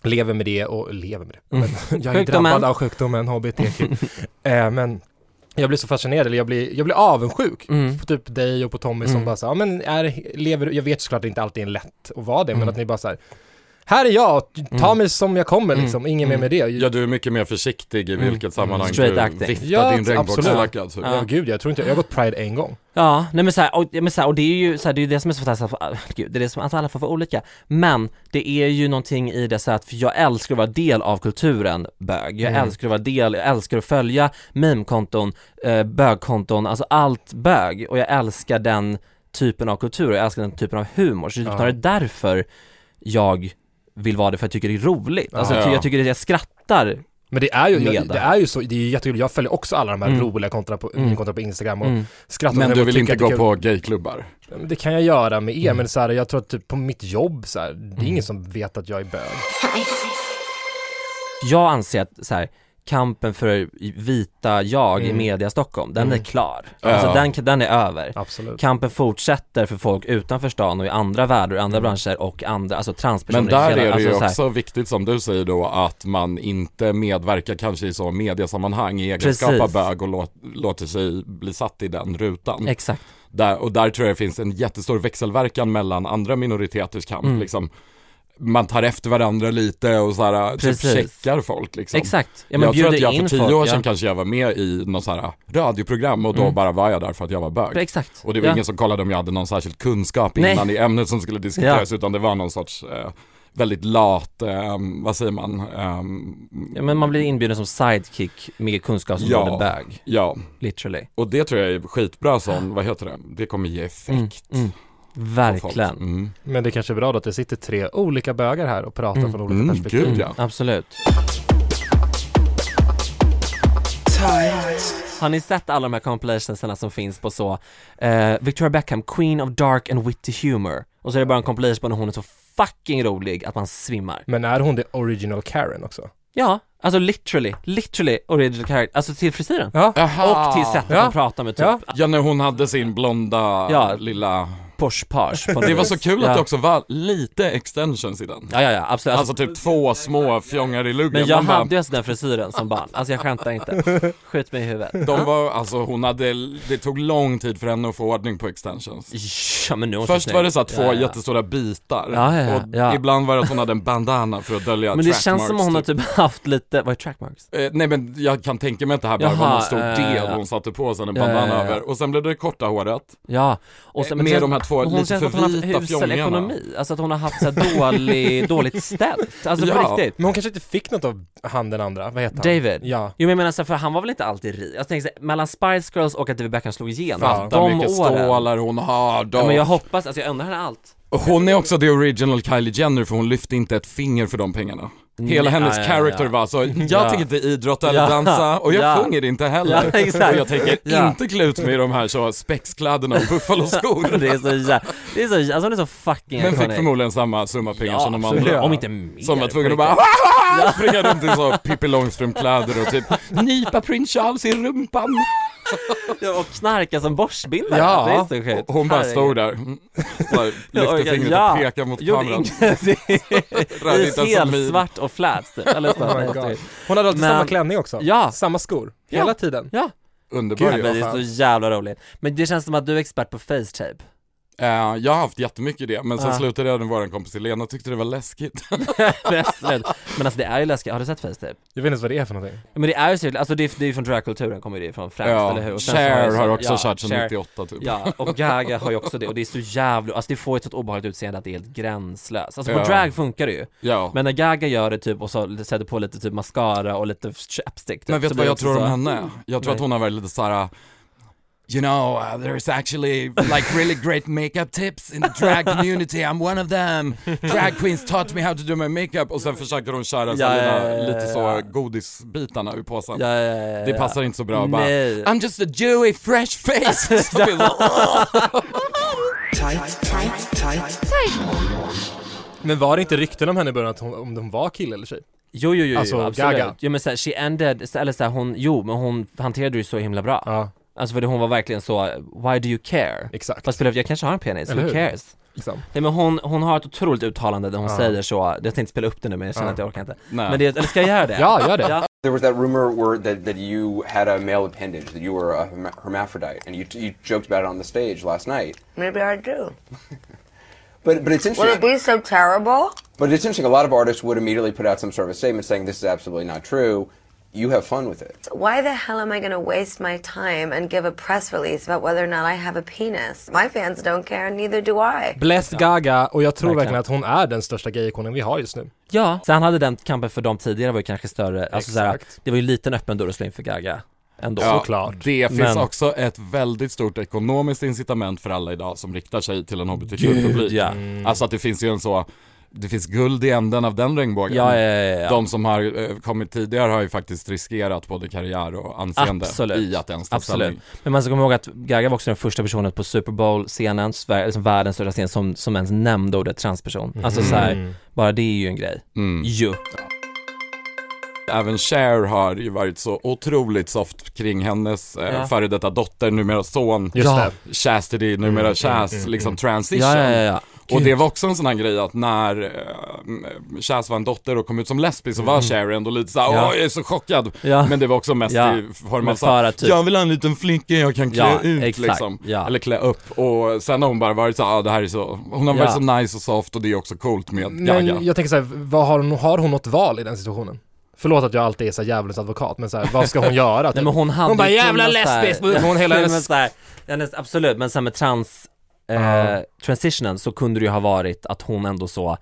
Speaker 2: lever med det och lever med det.
Speaker 3: Mm.
Speaker 2: Men jag är
Speaker 3: Sjukdomen.
Speaker 2: drabbad av sjukdomen HBTQ. eh, men jag blir så fascinerad, eller jag blir, jag blir avundsjuk
Speaker 3: Mm.
Speaker 2: på typ dig och på Tommy som
Speaker 3: Mm.
Speaker 2: bara så här, ja men är, lever, jag vet såklart att det inte alltid är lätt att vara det, men
Speaker 3: Mm.
Speaker 2: att ni bara så här, här är jag, ta
Speaker 3: Mm.
Speaker 2: mig som jag kommer
Speaker 3: Mm.
Speaker 2: liksom, ingen mer
Speaker 3: Mm.
Speaker 2: med det.
Speaker 4: Ja, du är mycket mer försiktig i
Speaker 3: Mm.
Speaker 4: vilket sammanhang
Speaker 3: Straight
Speaker 4: du
Speaker 3: acting.
Speaker 4: viftar
Speaker 2: Ja,
Speaker 4: din
Speaker 2: absolut.
Speaker 4: regnbågsflagga. Typ.
Speaker 2: Ja, gud, jag tror inte, jag har gått Pride en gång.
Speaker 3: Ja, nej men såhär, och, men så här, och det är ju så här, det är ju det som är så fantastiskt, att- ah, gud, det är det som att alla får vara olika. Men det är ju någonting i det så här att, för jag älskar att vara del av kulturen bög, jag
Speaker 2: Mm.
Speaker 3: älskar att vara del, jag älskar att följa meme-konton, eh, bögkonton, alltså allt bög och jag älskar den typen av kultur och jag älskar den typen av humor, så det är
Speaker 2: Ja.
Speaker 3: snarare därför jag vill vara det, för jag tycker det är roligt. Alltså
Speaker 4: Ja.
Speaker 3: jag, ty- jag tycker att jag skrattar.
Speaker 2: Men det är ju,
Speaker 3: Med
Speaker 2: jag,
Speaker 3: det
Speaker 2: det
Speaker 3: här.
Speaker 2: är ju så, det är ju jättekul, jag följer också alla de här
Speaker 3: Mm.
Speaker 2: roliga kontona på,
Speaker 3: Mm.
Speaker 2: konton på Instagram och
Speaker 3: Mm.
Speaker 2: skrattar åt
Speaker 4: Men
Speaker 2: dem
Speaker 4: du
Speaker 2: och
Speaker 4: vill
Speaker 2: tycker
Speaker 4: inte
Speaker 2: att det är
Speaker 4: gå
Speaker 2: kul.
Speaker 4: på gayklubbar?
Speaker 2: Ja, men Det kan jag göra med er, men så här, jag tror att typ på mitt jobb så här, det är ingen som vet att jag är bög.
Speaker 3: Jag anser att så här, kampen för vita jag i media Stockholm, den är klar. Alltså
Speaker 4: Ja.
Speaker 3: den, den är över.
Speaker 2: Absolut.
Speaker 3: Kampen fortsätter för folk utanför stan och i andra världar och andra branscher och andra, alltså transpersoner.
Speaker 4: Men där är det
Speaker 3: alltså,
Speaker 4: ju
Speaker 3: så här-
Speaker 4: också viktigt som du säger då att man inte medverkar kanske i så mediasammanhang i egenskap av
Speaker 3: Precis.
Speaker 4: bög och låt, låter sig bli satt i den rutan.
Speaker 3: Exakt.
Speaker 4: Där, och där tror jag det finns en jättestor växelverkan mellan andra minoriteters kamp
Speaker 3: Mm.
Speaker 4: liksom. Man tar efter varandra lite och så här, typ
Speaker 3: Precis.
Speaker 4: checkar folk liksom.
Speaker 3: Exakt. Ja, men
Speaker 4: jag tror
Speaker 3: bjuder
Speaker 4: att jag
Speaker 3: in
Speaker 4: för tio
Speaker 3: folk,
Speaker 4: år sedan
Speaker 3: ja.
Speaker 4: kanske jag var med i något så här radioprogram och då
Speaker 3: Mm.
Speaker 4: bara var jag där för att jag var bög.
Speaker 3: Exakt.
Speaker 4: Och det var
Speaker 3: ja.
Speaker 4: ingen som kollade om jag hade någon särskild kunskap
Speaker 3: Nej.
Speaker 4: innan i ämnet som skulle diskuteras utan det var någon sorts eh, väldigt lat, ehm, vad säger man? Ehm,
Speaker 3: Ja, men man blir inbjuden som sidekick med kunskapsområde
Speaker 4: Ja.
Speaker 3: bag,
Speaker 4: ja,
Speaker 3: literally.
Speaker 4: och det tror jag är skitbra som, vad heter det? Det kommer ge effekt.
Speaker 3: Ah. Mm, mm.
Speaker 4: på folk.
Speaker 3: Verkligen.
Speaker 4: Mm.
Speaker 2: Men det kanske är bra då att det sitter tre olika bögar här och pratar
Speaker 3: Mm.
Speaker 2: från olika
Speaker 4: Mm,
Speaker 2: perspektiv.
Speaker 4: gud ja.
Speaker 3: Absolut.
Speaker 6: Tight.
Speaker 3: Har ni sett alla de här compilationsarna som finns på så, eh, Victoria Beckham, Queen of Dark and Witty Humor. Och så är det bara en compilation på när hon är så fucking rolig att man svimmar.
Speaker 2: Men är hon det original Karen också?
Speaker 3: Ja, alltså literally, literally original character, alltså till frisyren.
Speaker 2: Ja.
Speaker 4: Aha.
Speaker 3: Och till sättet
Speaker 2: Ja.
Speaker 3: hon pratar med typ
Speaker 2: Ja.
Speaker 4: Ah. Ja, när hon hade sin blonda
Speaker 3: Ja.
Speaker 4: lilla...
Speaker 3: Posh Page.
Speaker 4: Det var så kul att det
Speaker 3: ja.
Speaker 4: också var lite extensions i den.
Speaker 3: Ja, ja, ja, absolut. Alltså,
Speaker 4: Alltså typ två små fjongar i luggen.
Speaker 3: men jag
Speaker 4: Man bara,
Speaker 3: hade ju alltså den frisyren som barn, alltså jag skämtar inte. Skjut mig i huvudet.
Speaker 4: De var, alltså hon hade, det tog lång tid för henne att få ordning på extensions.
Speaker 3: Ja, men nu är hon så
Speaker 4: Först
Speaker 3: snygg.
Speaker 4: var det så att två
Speaker 3: Ja, ja, ja.
Speaker 4: jättestora bitar
Speaker 3: Ja, ja, ja.
Speaker 4: och
Speaker 3: Ja.
Speaker 4: ibland var det att hon hade en bandana för att dölja
Speaker 3: Men det
Speaker 4: track
Speaker 3: känns som
Speaker 4: marks,
Speaker 3: hon har typ haft lite, vad är trackmarks?
Speaker 4: Eh, nej men jag kan tänka mig att det här bara var
Speaker 3: Jaha,
Speaker 4: någon stor
Speaker 3: eh,
Speaker 4: del
Speaker 3: ja.
Speaker 4: hon satte på sen en
Speaker 3: Ja, ja,
Speaker 4: bandana
Speaker 3: ja.
Speaker 4: över och sen blev det korta håret
Speaker 3: Ja, och
Speaker 4: Eh, med
Speaker 3: sen-
Speaker 4: de här två
Speaker 3: hon
Speaker 4: lite
Speaker 3: känns som att
Speaker 4: för
Speaker 3: hon har
Speaker 4: vita
Speaker 3: haft usel
Speaker 4: fjongarna.
Speaker 3: ekonomi, alltså att hon har haft så här dålig, dåligt ställt, alltså på
Speaker 4: Ja.
Speaker 3: riktigt
Speaker 2: Men hon kanske inte fick något av han den andra, vad heter han?
Speaker 3: David?
Speaker 2: Ja.
Speaker 3: Jo men jag menar så här, för han var väl inte alltid rik? Jag tänker så här, mellan Spice Girls och att David Beckham slog igenom,
Speaker 2: Fattar
Speaker 4: Där
Speaker 3: de
Speaker 4: mycket
Speaker 3: åren
Speaker 4: stålar hon har
Speaker 3: Ja,
Speaker 4: då.
Speaker 3: men jag hoppas, alltså jag undrar henne allt
Speaker 4: Hon är också the original Kylie Jenner för hon lyfte inte ett finger för de pengarna Hela
Speaker 3: Nej,
Speaker 4: hennes
Speaker 3: ja, ja,
Speaker 4: character
Speaker 3: ja.
Speaker 4: var så, jag
Speaker 3: Ja.
Speaker 4: tänker inte idrotta eller
Speaker 3: Ja.
Speaker 4: dansa och jag
Speaker 3: Ja.
Speaker 4: sjunger inte heller
Speaker 3: Ja, exakt.
Speaker 4: Och jag tänker
Speaker 3: Ja.
Speaker 4: inte klä ut mig i de här så spexkläderna och buffaloskor
Speaker 3: Det är så jä- det är så, jä- alltså hon är så fucking
Speaker 4: Men fick
Speaker 3: iconic.
Speaker 4: förmodligen samma summa pengar som de
Speaker 3: absolut.
Speaker 4: andra
Speaker 3: Om inte mer
Speaker 4: Som var tvungen
Speaker 3: på
Speaker 4: att bara "Ah!"
Speaker 3: riktigt.
Speaker 4: springa runt i så Pippi Långstrump-kläder och typ nypa Prince Charles i rumpan
Speaker 3: Ja, Och knarka som borstbindare,
Speaker 4: Ja,
Speaker 3: det är så sjukt
Speaker 4: och hon bara
Speaker 3: Herregud.
Speaker 4: stod där, mm, bara
Speaker 3: Jag
Speaker 4: lyfte
Speaker 3: orkar-
Speaker 4: fingret
Speaker 3: ja.
Speaker 4: och pekade mot
Speaker 3: Gjorde
Speaker 4: kameran Rörde
Speaker 3: ingenting,
Speaker 4: inte ens en
Speaker 3: helt
Speaker 4: min.
Speaker 3: svart och flats typ, eller så.
Speaker 2: Oh my God. Hon hade alltid
Speaker 3: Men-
Speaker 2: samma klänning också.
Speaker 3: Ja.
Speaker 2: Samma skor.
Speaker 3: Ja.
Speaker 2: Hela tiden.
Speaker 3: Ja,
Speaker 4: Underbar
Speaker 2: Gud,
Speaker 3: men
Speaker 4: ja.
Speaker 3: det är så jävla roligt. Men det känns som att du är expert på facetape.
Speaker 4: Eh, Jag har haft jättemycket i det, men sen
Speaker 3: Ja.
Speaker 4: slutade jag med vår kompis Helena och tyckte det var läskigt
Speaker 3: Resten. men alltså det är ju läskigt, har du sett facetape?
Speaker 2: Jag vet inte ens vad det är för någonting.
Speaker 3: Men det är ju så, alltså det är det är ju från dragkulturen kommer det ifrån främst, eller hur?
Speaker 4: Ja,
Speaker 3: Och sen så ju
Speaker 4: Cher
Speaker 3: så-
Speaker 4: har också
Speaker 3: ja,
Speaker 4: kört sedan
Speaker 3: Cher.
Speaker 4: 98 typ
Speaker 3: Ja, och Gaga har ju också det och det är så jävla, alltså det får ett sånt obehagligt utseende att det är helt gränslöst. Alltså på
Speaker 4: Ja.
Speaker 3: drag funkar det ju,
Speaker 4: Ja,
Speaker 3: men när Gaga gör det typ och så sätter på lite typ mascara och lite chapstick typ,
Speaker 4: men vet
Speaker 3: så blir
Speaker 4: du vad
Speaker 3: det
Speaker 4: jag
Speaker 3: också
Speaker 4: tror om
Speaker 3: så-
Speaker 4: henne? Jag tror att
Speaker 3: Nej.
Speaker 4: hon har varit lite såhär You know, uh, there's actually like really great makeup tips in the drag community, I'm one of them. Drag queens taught me how to do my makeup. Och sen försöker hon
Speaker 3: Ja,
Speaker 4: köra ja,
Speaker 3: ja, ja, ja,
Speaker 4: lite
Speaker 3: ja.
Speaker 4: så godisbitarna ur påsen.
Speaker 3: Ja, ja, ja, ja,
Speaker 4: Det
Speaker 3: ja.
Speaker 4: passar inte så bra bara,
Speaker 3: Nej.
Speaker 4: I'm just a dewy fresh face. Så blir det så,
Speaker 6: Tight. Tight. Tight.
Speaker 2: Men var det inte rykten om henne i början att hon, om hon var kille eller tjej?
Speaker 3: Jo, jo, jo,
Speaker 2: Alltså,
Speaker 3: jo absolut.
Speaker 2: Gaga.
Speaker 3: Jo men såhär, she ended, eller såhär hon, jo men hon hanterade det ju så himla bra.
Speaker 2: Ja,
Speaker 3: Alltså för det- hon var verkligen så, why do you care?
Speaker 2: exakt.
Speaker 3: Fast spelar jag kanske har en penis,
Speaker 2: Eller
Speaker 3: who
Speaker 2: hur?
Speaker 3: cares?
Speaker 2: Liksom.
Speaker 3: Nej men hon, hon har ett otroligt uttalande där hon
Speaker 2: Ja.
Speaker 3: säger så, jag tänkte spela upp det nu men jag känner
Speaker 2: Ja.
Speaker 3: att jag orkar inte.
Speaker 4: Nej.
Speaker 3: Men det, eller ska jag göra det?
Speaker 2: Ja, gör det.
Speaker 3: Ja.
Speaker 11: There was that rumor word that, that you had a male appendage, that you were a herma- hermaphrodite, and you, you joked about it on the stage last night.
Speaker 7: Maybe I do.
Speaker 11: But but it's interesting.
Speaker 7: be so terrible?
Speaker 11: but it's interesting. A lot of artists would immediately put out some sort of a statement saying this is absolutely not true. You have fun with it.
Speaker 7: Why the hell am I going to waste my time and give a press release about whether or not I have a penis? My fans don't care, and neither do I.
Speaker 2: Bless Gaga och jag tror
Speaker 3: Verkligen.
Speaker 2: verkligen. att hon är den största gayikonen vi har just nu.
Speaker 3: ja. Sen hade den kampen för dem tidigare var ju kanske större, alltså såhär,
Speaker 2: Exakt.
Speaker 3: det var ju en liten öppen dörr att slå in för Gaga ändå.
Speaker 4: Ja,
Speaker 2: Såklart.
Speaker 4: Det finns
Speaker 3: Men-
Speaker 4: också ett väldigt stort ekonomiskt incitament för alla idag som riktar sig till en hbtq-publik.
Speaker 3: ja.
Speaker 4: Alltså att det finns ju en så, det finns guld i änden av den regnbågen.
Speaker 3: Ja, ja, ja, ja.
Speaker 4: De som har eh, kommit tidigare har ju faktiskt riskerat både karriär och anseende
Speaker 3: Absolut.
Speaker 4: i att ens ta
Speaker 3: Absolut.
Speaker 4: ställning.
Speaker 3: Men man ska komma ihåg att Gaga var också den första personen på Super Bowl-scenen, Sverige- liksom världens största scen, som, som ens nämnde ordet transperson.
Speaker 2: Mhm.
Speaker 3: Alltså
Speaker 2: Mm.
Speaker 3: såhär, bara det är ju en grej.
Speaker 4: Mm.
Speaker 3: Ju.
Speaker 4: Även Cher har ju varit så otroligt soft kring hennes eh,
Speaker 3: Ja.
Speaker 4: före detta dotter, numera son,
Speaker 2: Just
Speaker 3: Ja.
Speaker 2: det.
Speaker 4: Chastity, numera
Speaker 2: Mm,
Speaker 4: Chas,
Speaker 2: mm, mm,
Speaker 4: liksom
Speaker 2: mm.
Speaker 4: transition.
Speaker 3: Ja, ja, ja, ja.
Speaker 4: Och det var också en sån här grej att när eh, Chas var en dotter och kom ut som lesbisk så var Cher ändå lite såhär,
Speaker 3: Mm. Ja.
Speaker 4: åh jag är så chockad.
Speaker 3: Ja.
Speaker 4: Men det var också mest
Speaker 3: Ja.
Speaker 4: i form av
Speaker 3: Men
Speaker 4: såhär,
Speaker 3: för att typ-
Speaker 4: jag vill ha en liten flicka jag kan klä
Speaker 3: Ja,
Speaker 4: ut
Speaker 3: exakt.
Speaker 4: liksom.
Speaker 3: Ja.
Speaker 4: Eller klä upp. Och sen har hon bara varit såhär, ah, det här är så, hon har varit
Speaker 3: Ja.
Speaker 4: så nice och soft och det är också coolt med
Speaker 2: Men
Speaker 4: Gaga.
Speaker 2: jag tänker så här, vad har, hon, har hon något val i den situationen? Förlåt att jag alltid är så här djävulens advokat, men så här, vad ska hon göra? Typ.
Speaker 3: Nej men hon hade
Speaker 2: Hon bara,
Speaker 3: ju
Speaker 2: "Jävla
Speaker 3: kunnat såhär-
Speaker 2: lesbisk", men hon hela
Speaker 3: Nej,
Speaker 2: hennes-
Speaker 3: men såhär, hennes- Absolut, men sen med trans, eh,
Speaker 2: Ja.
Speaker 3: transitionen så kunde det ju ha varit att hon ändå så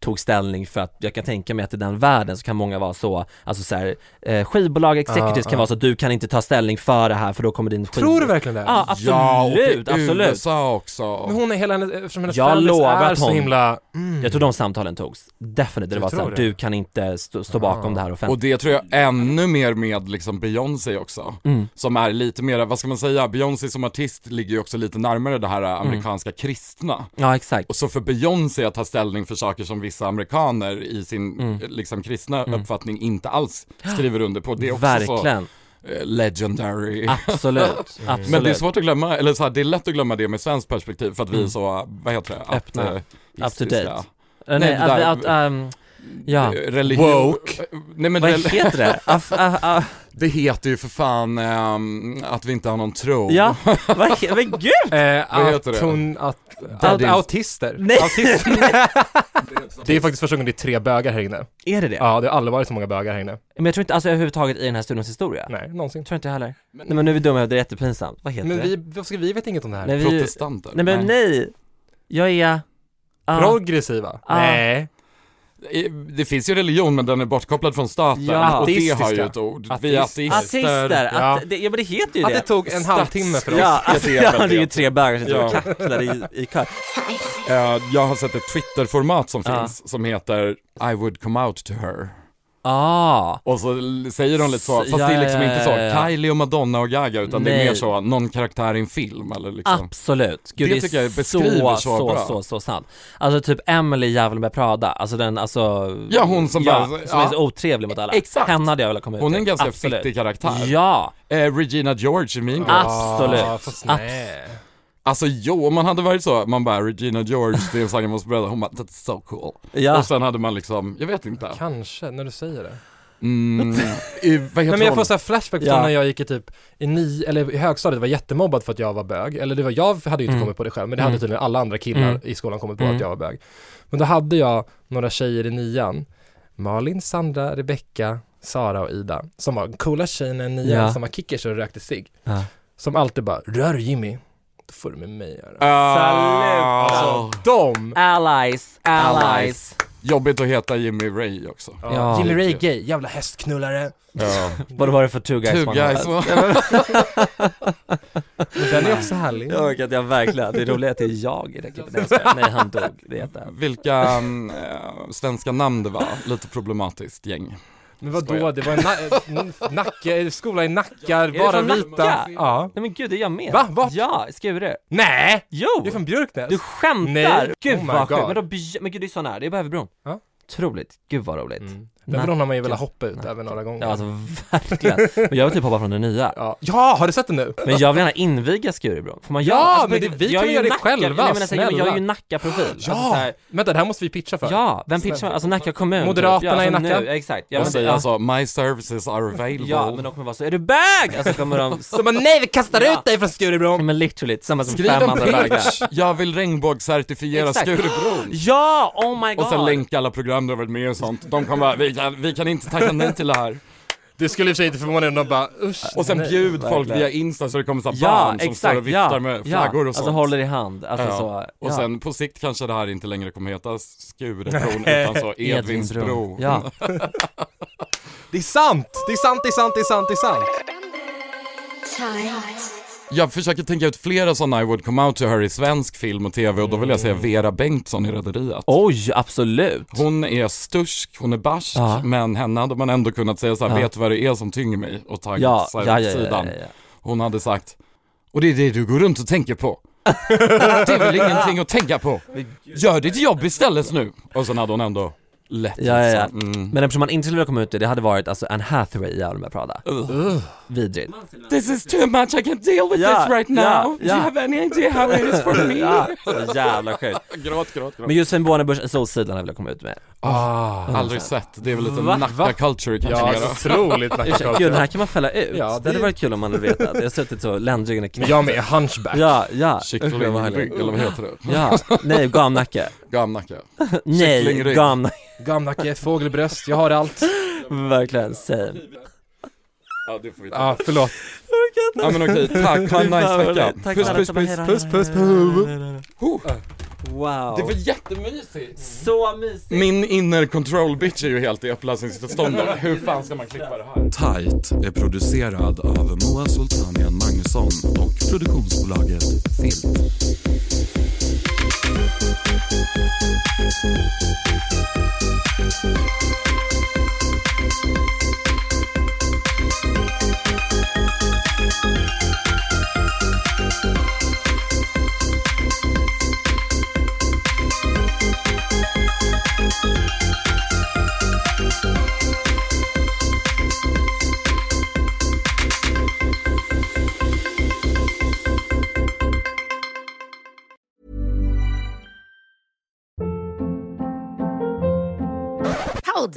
Speaker 3: tog ställning för att jag kan tänka mig att i den världen så kan många vara så, alltså så här, eh, skivbolag, executives
Speaker 2: Ja,
Speaker 3: kan
Speaker 2: ja.
Speaker 3: vara så, du kan inte ta ställning för det här för då kommer din skiv...
Speaker 2: Tror du verkligen det?
Speaker 3: Ja, absolut,
Speaker 4: och i
Speaker 3: absolut.
Speaker 4: USA också.
Speaker 2: Men hon är hela hennes, eftersom hennes
Speaker 3: Jag
Speaker 2: fanbase
Speaker 3: lovar
Speaker 2: är
Speaker 3: att
Speaker 2: så
Speaker 3: hon,
Speaker 2: himla... mm,
Speaker 3: jag tror de samtalen togs. Definitivt, det
Speaker 4: Mm. Du
Speaker 3: var så
Speaker 4: tror
Speaker 3: här,
Speaker 4: det?
Speaker 3: du kan inte stå, stå bakom det här
Speaker 4: Och
Speaker 3: offentligt.
Speaker 4: det tror jag ännu mer med liksom Beyoncé också.
Speaker 3: Mm.
Speaker 4: Som är lite mer, vad ska man säga, Beyoncé som artist ligger ju också lite närmare det här eh, amerikanska kristna.
Speaker 3: Ja, exakt.
Speaker 4: Och så för Beyoncé att ta ställning för saker som vissa amerikaner i sin
Speaker 3: Mm.
Speaker 4: eh, liksom kristna
Speaker 3: Mm.
Speaker 4: uppfattning inte alls skriver under på. Det är också
Speaker 3: Verkligen.
Speaker 4: så eh, legendary.
Speaker 3: Absolut, absolut.
Speaker 4: Mm. Men det är svårt att glömma, eller så här, det är lätt att glömma det med svenskt perspektiv för att vi är
Speaker 3: Mm.
Speaker 4: så, vad heter det?
Speaker 3: Öppna.
Speaker 4: Att, eh,
Speaker 3: Up to
Speaker 4: istiska.
Speaker 3: date. Eh, nej,
Speaker 4: det där- Eh,
Speaker 3: att, att, ehm, ja.
Speaker 4: Religion. Eh,
Speaker 3: Woke.
Speaker 4: Nej, men
Speaker 3: Vad
Speaker 4: rel-
Speaker 3: heter det? Aff- ah, ah.
Speaker 4: Det heter ju för fan ehm, att vi inte har någon tro.
Speaker 3: Ja, vad he- men gud!
Speaker 2: Eh,
Speaker 4: Vad heter
Speaker 2: att
Speaker 4: det?
Speaker 2: hon, att,
Speaker 4: Där
Speaker 2: att
Speaker 4: din-
Speaker 2: autister.
Speaker 3: Nej.
Speaker 2: autister. det är faktiskt första gången det är tre bögar här inne.
Speaker 3: Är det det?
Speaker 2: Ja, det har aldrig varit så många bögar här inne.
Speaker 3: Men jag tror inte, alltså överhuvudtaget i den här stundens historia.
Speaker 2: Nej, någonsin.
Speaker 3: Tror inte jag heller. Nej men nu är vi dumma, det är jättepinsamt. Vad heter
Speaker 2: Men
Speaker 3: det?
Speaker 2: vi, vad ska vi vet inget om det här.
Speaker 3: Nej, vi-
Speaker 4: Protestanter.
Speaker 3: Nej men nej! Jag är... ah,
Speaker 2: Progressiva?
Speaker 3: Ah.
Speaker 2: Nej.
Speaker 4: Eh, Det finns ju religion men den är bortkopplad från staten
Speaker 3: Ja.
Speaker 4: och det har ju
Speaker 2: Ateistiska.
Speaker 4: ett ord. Vi är
Speaker 2: Ateist-
Speaker 4: ateister.
Speaker 3: Artister!
Speaker 2: Ja.
Speaker 3: Att, det, ja men det heter ju
Speaker 2: Att
Speaker 3: det.
Speaker 2: det tog en halvtimme för oss.
Speaker 3: Ja, alltså,
Speaker 4: Det är väl
Speaker 3: ja, det är ju
Speaker 4: det.
Speaker 3: tre bögar som sitter
Speaker 4: Ja.
Speaker 3: och kacklar i, i kör.
Speaker 4: Eh, jag har sett ett Twitter-format som
Speaker 3: Ja.
Speaker 4: finns som heter I would come out to her.
Speaker 3: Ah,
Speaker 4: Och så l- säger de lite så,
Speaker 3: S-
Speaker 4: fast det är
Speaker 3: ja,
Speaker 4: liksom
Speaker 3: ja,
Speaker 4: inte så
Speaker 3: ja, ja.
Speaker 4: Kylie och Madonna och Gaga utan det
Speaker 3: Nej.
Speaker 4: är mer så någon karaktär i en film eller liksom.
Speaker 3: absolut. Gud,
Speaker 4: Det
Speaker 3: det,
Speaker 4: tycker
Speaker 3: är
Speaker 4: jag beskriver
Speaker 3: så,
Speaker 4: så
Speaker 3: så,
Speaker 4: bra.
Speaker 3: så, så, sant. Alltså typ Emily i Djävulen med Prada, alltså den, alltså...
Speaker 4: Ja, hon som
Speaker 3: ja,
Speaker 4: bara-
Speaker 3: som
Speaker 4: ja.
Speaker 3: är så otrevlig mot alla.
Speaker 4: Exakt.
Speaker 3: Henne hade jag velat komma ut
Speaker 4: Hon är en
Speaker 3: till.
Speaker 4: ganska
Speaker 3: Absolut.
Speaker 4: fittig karaktär.
Speaker 3: Ja,
Speaker 4: Eh, Regina George i Mean Girls.
Speaker 2: Ah,
Speaker 3: absolut.
Speaker 2: fast nej.
Speaker 4: Alltså jo, om man hade varit så, man bara Regina George, det är en sång jag måste berätta, hon bara that's so cool.
Speaker 3: Ja.
Speaker 4: Och sen hade man liksom, jag vet inte.
Speaker 2: Kanske, när du säger det.
Speaker 4: Mm, i, vad heter
Speaker 2: Nej men jag
Speaker 4: hon?
Speaker 2: får såhär flashback
Speaker 3: Ja.
Speaker 2: från när jag gick i typ i ni, eller i högstadiet var jättemobbad för att jag var bög. Eller det var, jag hade ju inte
Speaker 3: Mm.
Speaker 2: kommit på det själv, men det
Speaker 3: Mm.
Speaker 2: hade tydligen alla andra killar
Speaker 3: Mm.
Speaker 2: i skolan kommit på
Speaker 3: Mm.
Speaker 2: att jag var bög. Men då hade jag några tjejer i nian, Malin, Sandra, Rebecka, Sara och Ida, som var coola tjejerna i nian,
Speaker 3: Ja.
Speaker 2: som var kickers och rökte cigg.
Speaker 3: Ja.
Speaker 2: Som alltid bara, rör Jimmy, då får du med mig göra.
Speaker 4: Ah,
Speaker 2: Alltså, de!
Speaker 3: Allies, allies.
Speaker 4: Jobbigt att heta Jimmy Ray också.
Speaker 3: Ja.
Speaker 2: Jimmy Ray gay, jävla hästknullare.
Speaker 4: Ja.
Speaker 3: Vad var det för two guys?
Speaker 4: Two
Speaker 3: one
Speaker 4: guys.
Speaker 3: hole?
Speaker 2: Men den är också härlig.
Speaker 3: Jag orkar inte, jag verkligen, det roliga är att det är jag i det klippet, Nej, jag skojar. nej han dog, det är jätte...
Speaker 4: Vilka mm, eh, svenska namn det var, lite problematiskt gäng.
Speaker 2: Men vadå,
Speaker 4: Skojar.
Speaker 2: det var en na- n- Nacka, skola i Nacka,
Speaker 3: det
Speaker 2: bara
Speaker 3: från
Speaker 2: vita.
Speaker 3: Nacka?
Speaker 2: Ja.
Speaker 3: Nej men gud, det är jag med!
Speaker 2: Va? Vart?
Speaker 3: Ja, Skure!
Speaker 2: Nej!
Speaker 3: Jo!
Speaker 2: Du är från Björknäs?
Speaker 3: Du skämtar!
Speaker 2: Alltså, Nej. Oh
Speaker 3: Gud
Speaker 2: my
Speaker 3: vad sjukt,
Speaker 2: God.
Speaker 3: men, då by- men gud det är sån här, det är på Överbron
Speaker 2: Ja.
Speaker 3: Otroligt, gud vad roligt
Speaker 2: Mm. Den bron har man ju velat hoppa ut
Speaker 3: Nacka.
Speaker 2: över några gånger.
Speaker 3: Ja alltså verkligen, men jag vill typ hoppa från den nya
Speaker 2: ja. ja, har du sett den nu?
Speaker 3: Men jag vill gärna inviga Skurubron, får man
Speaker 2: Ja, men
Speaker 3: göra? på
Speaker 2: det-
Speaker 3: riktigt,
Speaker 2: vi
Speaker 3: jag
Speaker 2: kan
Speaker 3: är
Speaker 2: göra
Speaker 3: ju
Speaker 2: det
Speaker 3: Nacka-
Speaker 2: själva,
Speaker 3: Nej, men alltså, jag, jag är ju
Speaker 2: snälla.
Speaker 3: Nacka-profil alltså,
Speaker 2: Ja.
Speaker 3: så här,
Speaker 2: Vänta, det här måste vi pitcha för.
Speaker 3: ja, vem pitchar man? Alltså Nacka kommun
Speaker 2: Moderaterna i
Speaker 3: typ. ja, alltså,
Speaker 2: Nacka?
Speaker 3: nu, exakt, ja,
Speaker 4: Jag
Speaker 3: men,
Speaker 4: säger
Speaker 3: ja,
Speaker 4: alltså, my services are available.
Speaker 3: ja men de kommer vara så, är du bög? Alltså kommer de
Speaker 2: Så man, nej vi kastar
Speaker 3: Ja.
Speaker 2: ut dig från Skurubron!
Speaker 3: Men literally, tillsammans med
Speaker 4: Skriv
Speaker 3: fem
Speaker 4: en
Speaker 3: andra bögar
Speaker 4: pitch, jag vill regnbågscertifiera
Speaker 3: Exakt.
Speaker 4: Skurubron.
Speaker 3: Ja, oh my god!
Speaker 4: Och sen länka alla program du har varit med i och sånt. De kommer bara, vi kan, vi kan inte tacka nej till det här.
Speaker 2: Du skulle i och för sig inte förvåna dig om de bara, usch.
Speaker 4: Och sen
Speaker 2: nej.
Speaker 4: bjud folk
Speaker 3: verkligen.
Speaker 4: via Insta så det kommer så här
Speaker 3: Ja,
Speaker 4: barn som står
Speaker 3: exakt,
Speaker 4: och viftar
Speaker 3: ja,
Speaker 4: med
Speaker 3: ja.
Speaker 4: flaggor och sånt.
Speaker 3: Alltså håller i hand, alltså
Speaker 4: Ja.
Speaker 3: så,
Speaker 4: Och
Speaker 3: ja.
Speaker 4: sen på sikt kanske det här inte längre kommer heta Skurubron utan så Edvinsbro.
Speaker 3: Ja.
Speaker 2: Det är sant! Det är sant, det är sant, det är sant, det är sant!
Speaker 4: Jag försöker tänka ut flera sådana I would come out to her i svensk film och tv och då vill jag
Speaker 3: Mm.
Speaker 4: säga Vera Bengtsson i Rederiet.
Speaker 3: Oj, absolut!
Speaker 4: Hon är stursk, hon är barsk,
Speaker 3: Ja.
Speaker 4: men henne hade man ändå kunnat säga så här,
Speaker 3: Ja.
Speaker 4: vet du vad det är som tynger mig? Och tagit
Speaker 3: Ja,
Speaker 4: sig
Speaker 3: ja,
Speaker 4: åt
Speaker 3: ja, ja, ja,
Speaker 4: sidan.
Speaker 3: ja.
Speaker 4: Hon hade sagt, och det är det du går runt och tänker på. det är väl ingenting att tänka på. Gör ditt jobb istället nu. Och sen hade hon ändå lätt
Speaker 3: Ja, ja, ja.
Speaker 4: liksom. Mm.
Speaker 3: Men eftersom man inte skulle komma ut det, det hade varit alltså Anne Hathaway i Djävulen med Prada. Vidrigt.
Speaker 4: This is too much, I can't deal with
Speaker 3: Ja,
Speaker 4: this right now.
Speaker 3: ja,
Speaker 4: Do
Speaker 3: ja.
Speaker 4: you have any idea how it is for me?
Speaker 3: Ja, så jävla sjukt.
Speaker 4: Gråt, gråt, gråt.
Speaker 3: Men just Sven Bornebusch, Solsidan vill jag komma ut med.
Speaker 2: Ah,
Speaker 4: Aldrig sett, det är väl lite
Speaker 3: Va?
Speaker 4: nacka culture kanske
Speaker 2: ja,
Speaker 4: mera.
Speaker 2: otroligt
Speaker 3: Ursäkta, gud den här kan man fälla ut.
Speaker 2: Ja,
Speaker 3: det... hade
Speaker 2: det-
Speaker 3: varit kul om man hade vetat. Jag har suttit så, ländryggen är knäckt.
Speaker 2: Men jag med, hunchback.
Speaker 3: Ja, ja. Usch, vad härligt.
Speaker 4: Kycklingrygg, eller vad heter det?
Speaker 3: Ja, nej, gamnacke.
Speaker 4: Gamnacka.
Speaker 3: Nej,
Speaker 4: Kycklingrygg.
Speaker 3: gamnacke.
Speaker 2: Gamnacke, fågelbröst, jag har allt.
Speaker 3: Verkligen, same.
Speaker 4: Ja, det får vi ta.
Speaker 2: Ja, Ah, förlåt.
Speaker 4: Ja men okej, tack, ha en nice vecka. Puss puss puss, puss puss puss.
Speaker 3: Wow.
Speaker 4: Det var jättemysigt.
Speaker 3: Så mysigt.
Speaker 4: Min inner control bitch är ju helt i upplösningstillståndet. Hur fan ska man klippa det här?
Speaker 12: Tight är producerad av Moa Sultanian Magnusson och produktionsbolaget Filt.
Speaker 5: Hold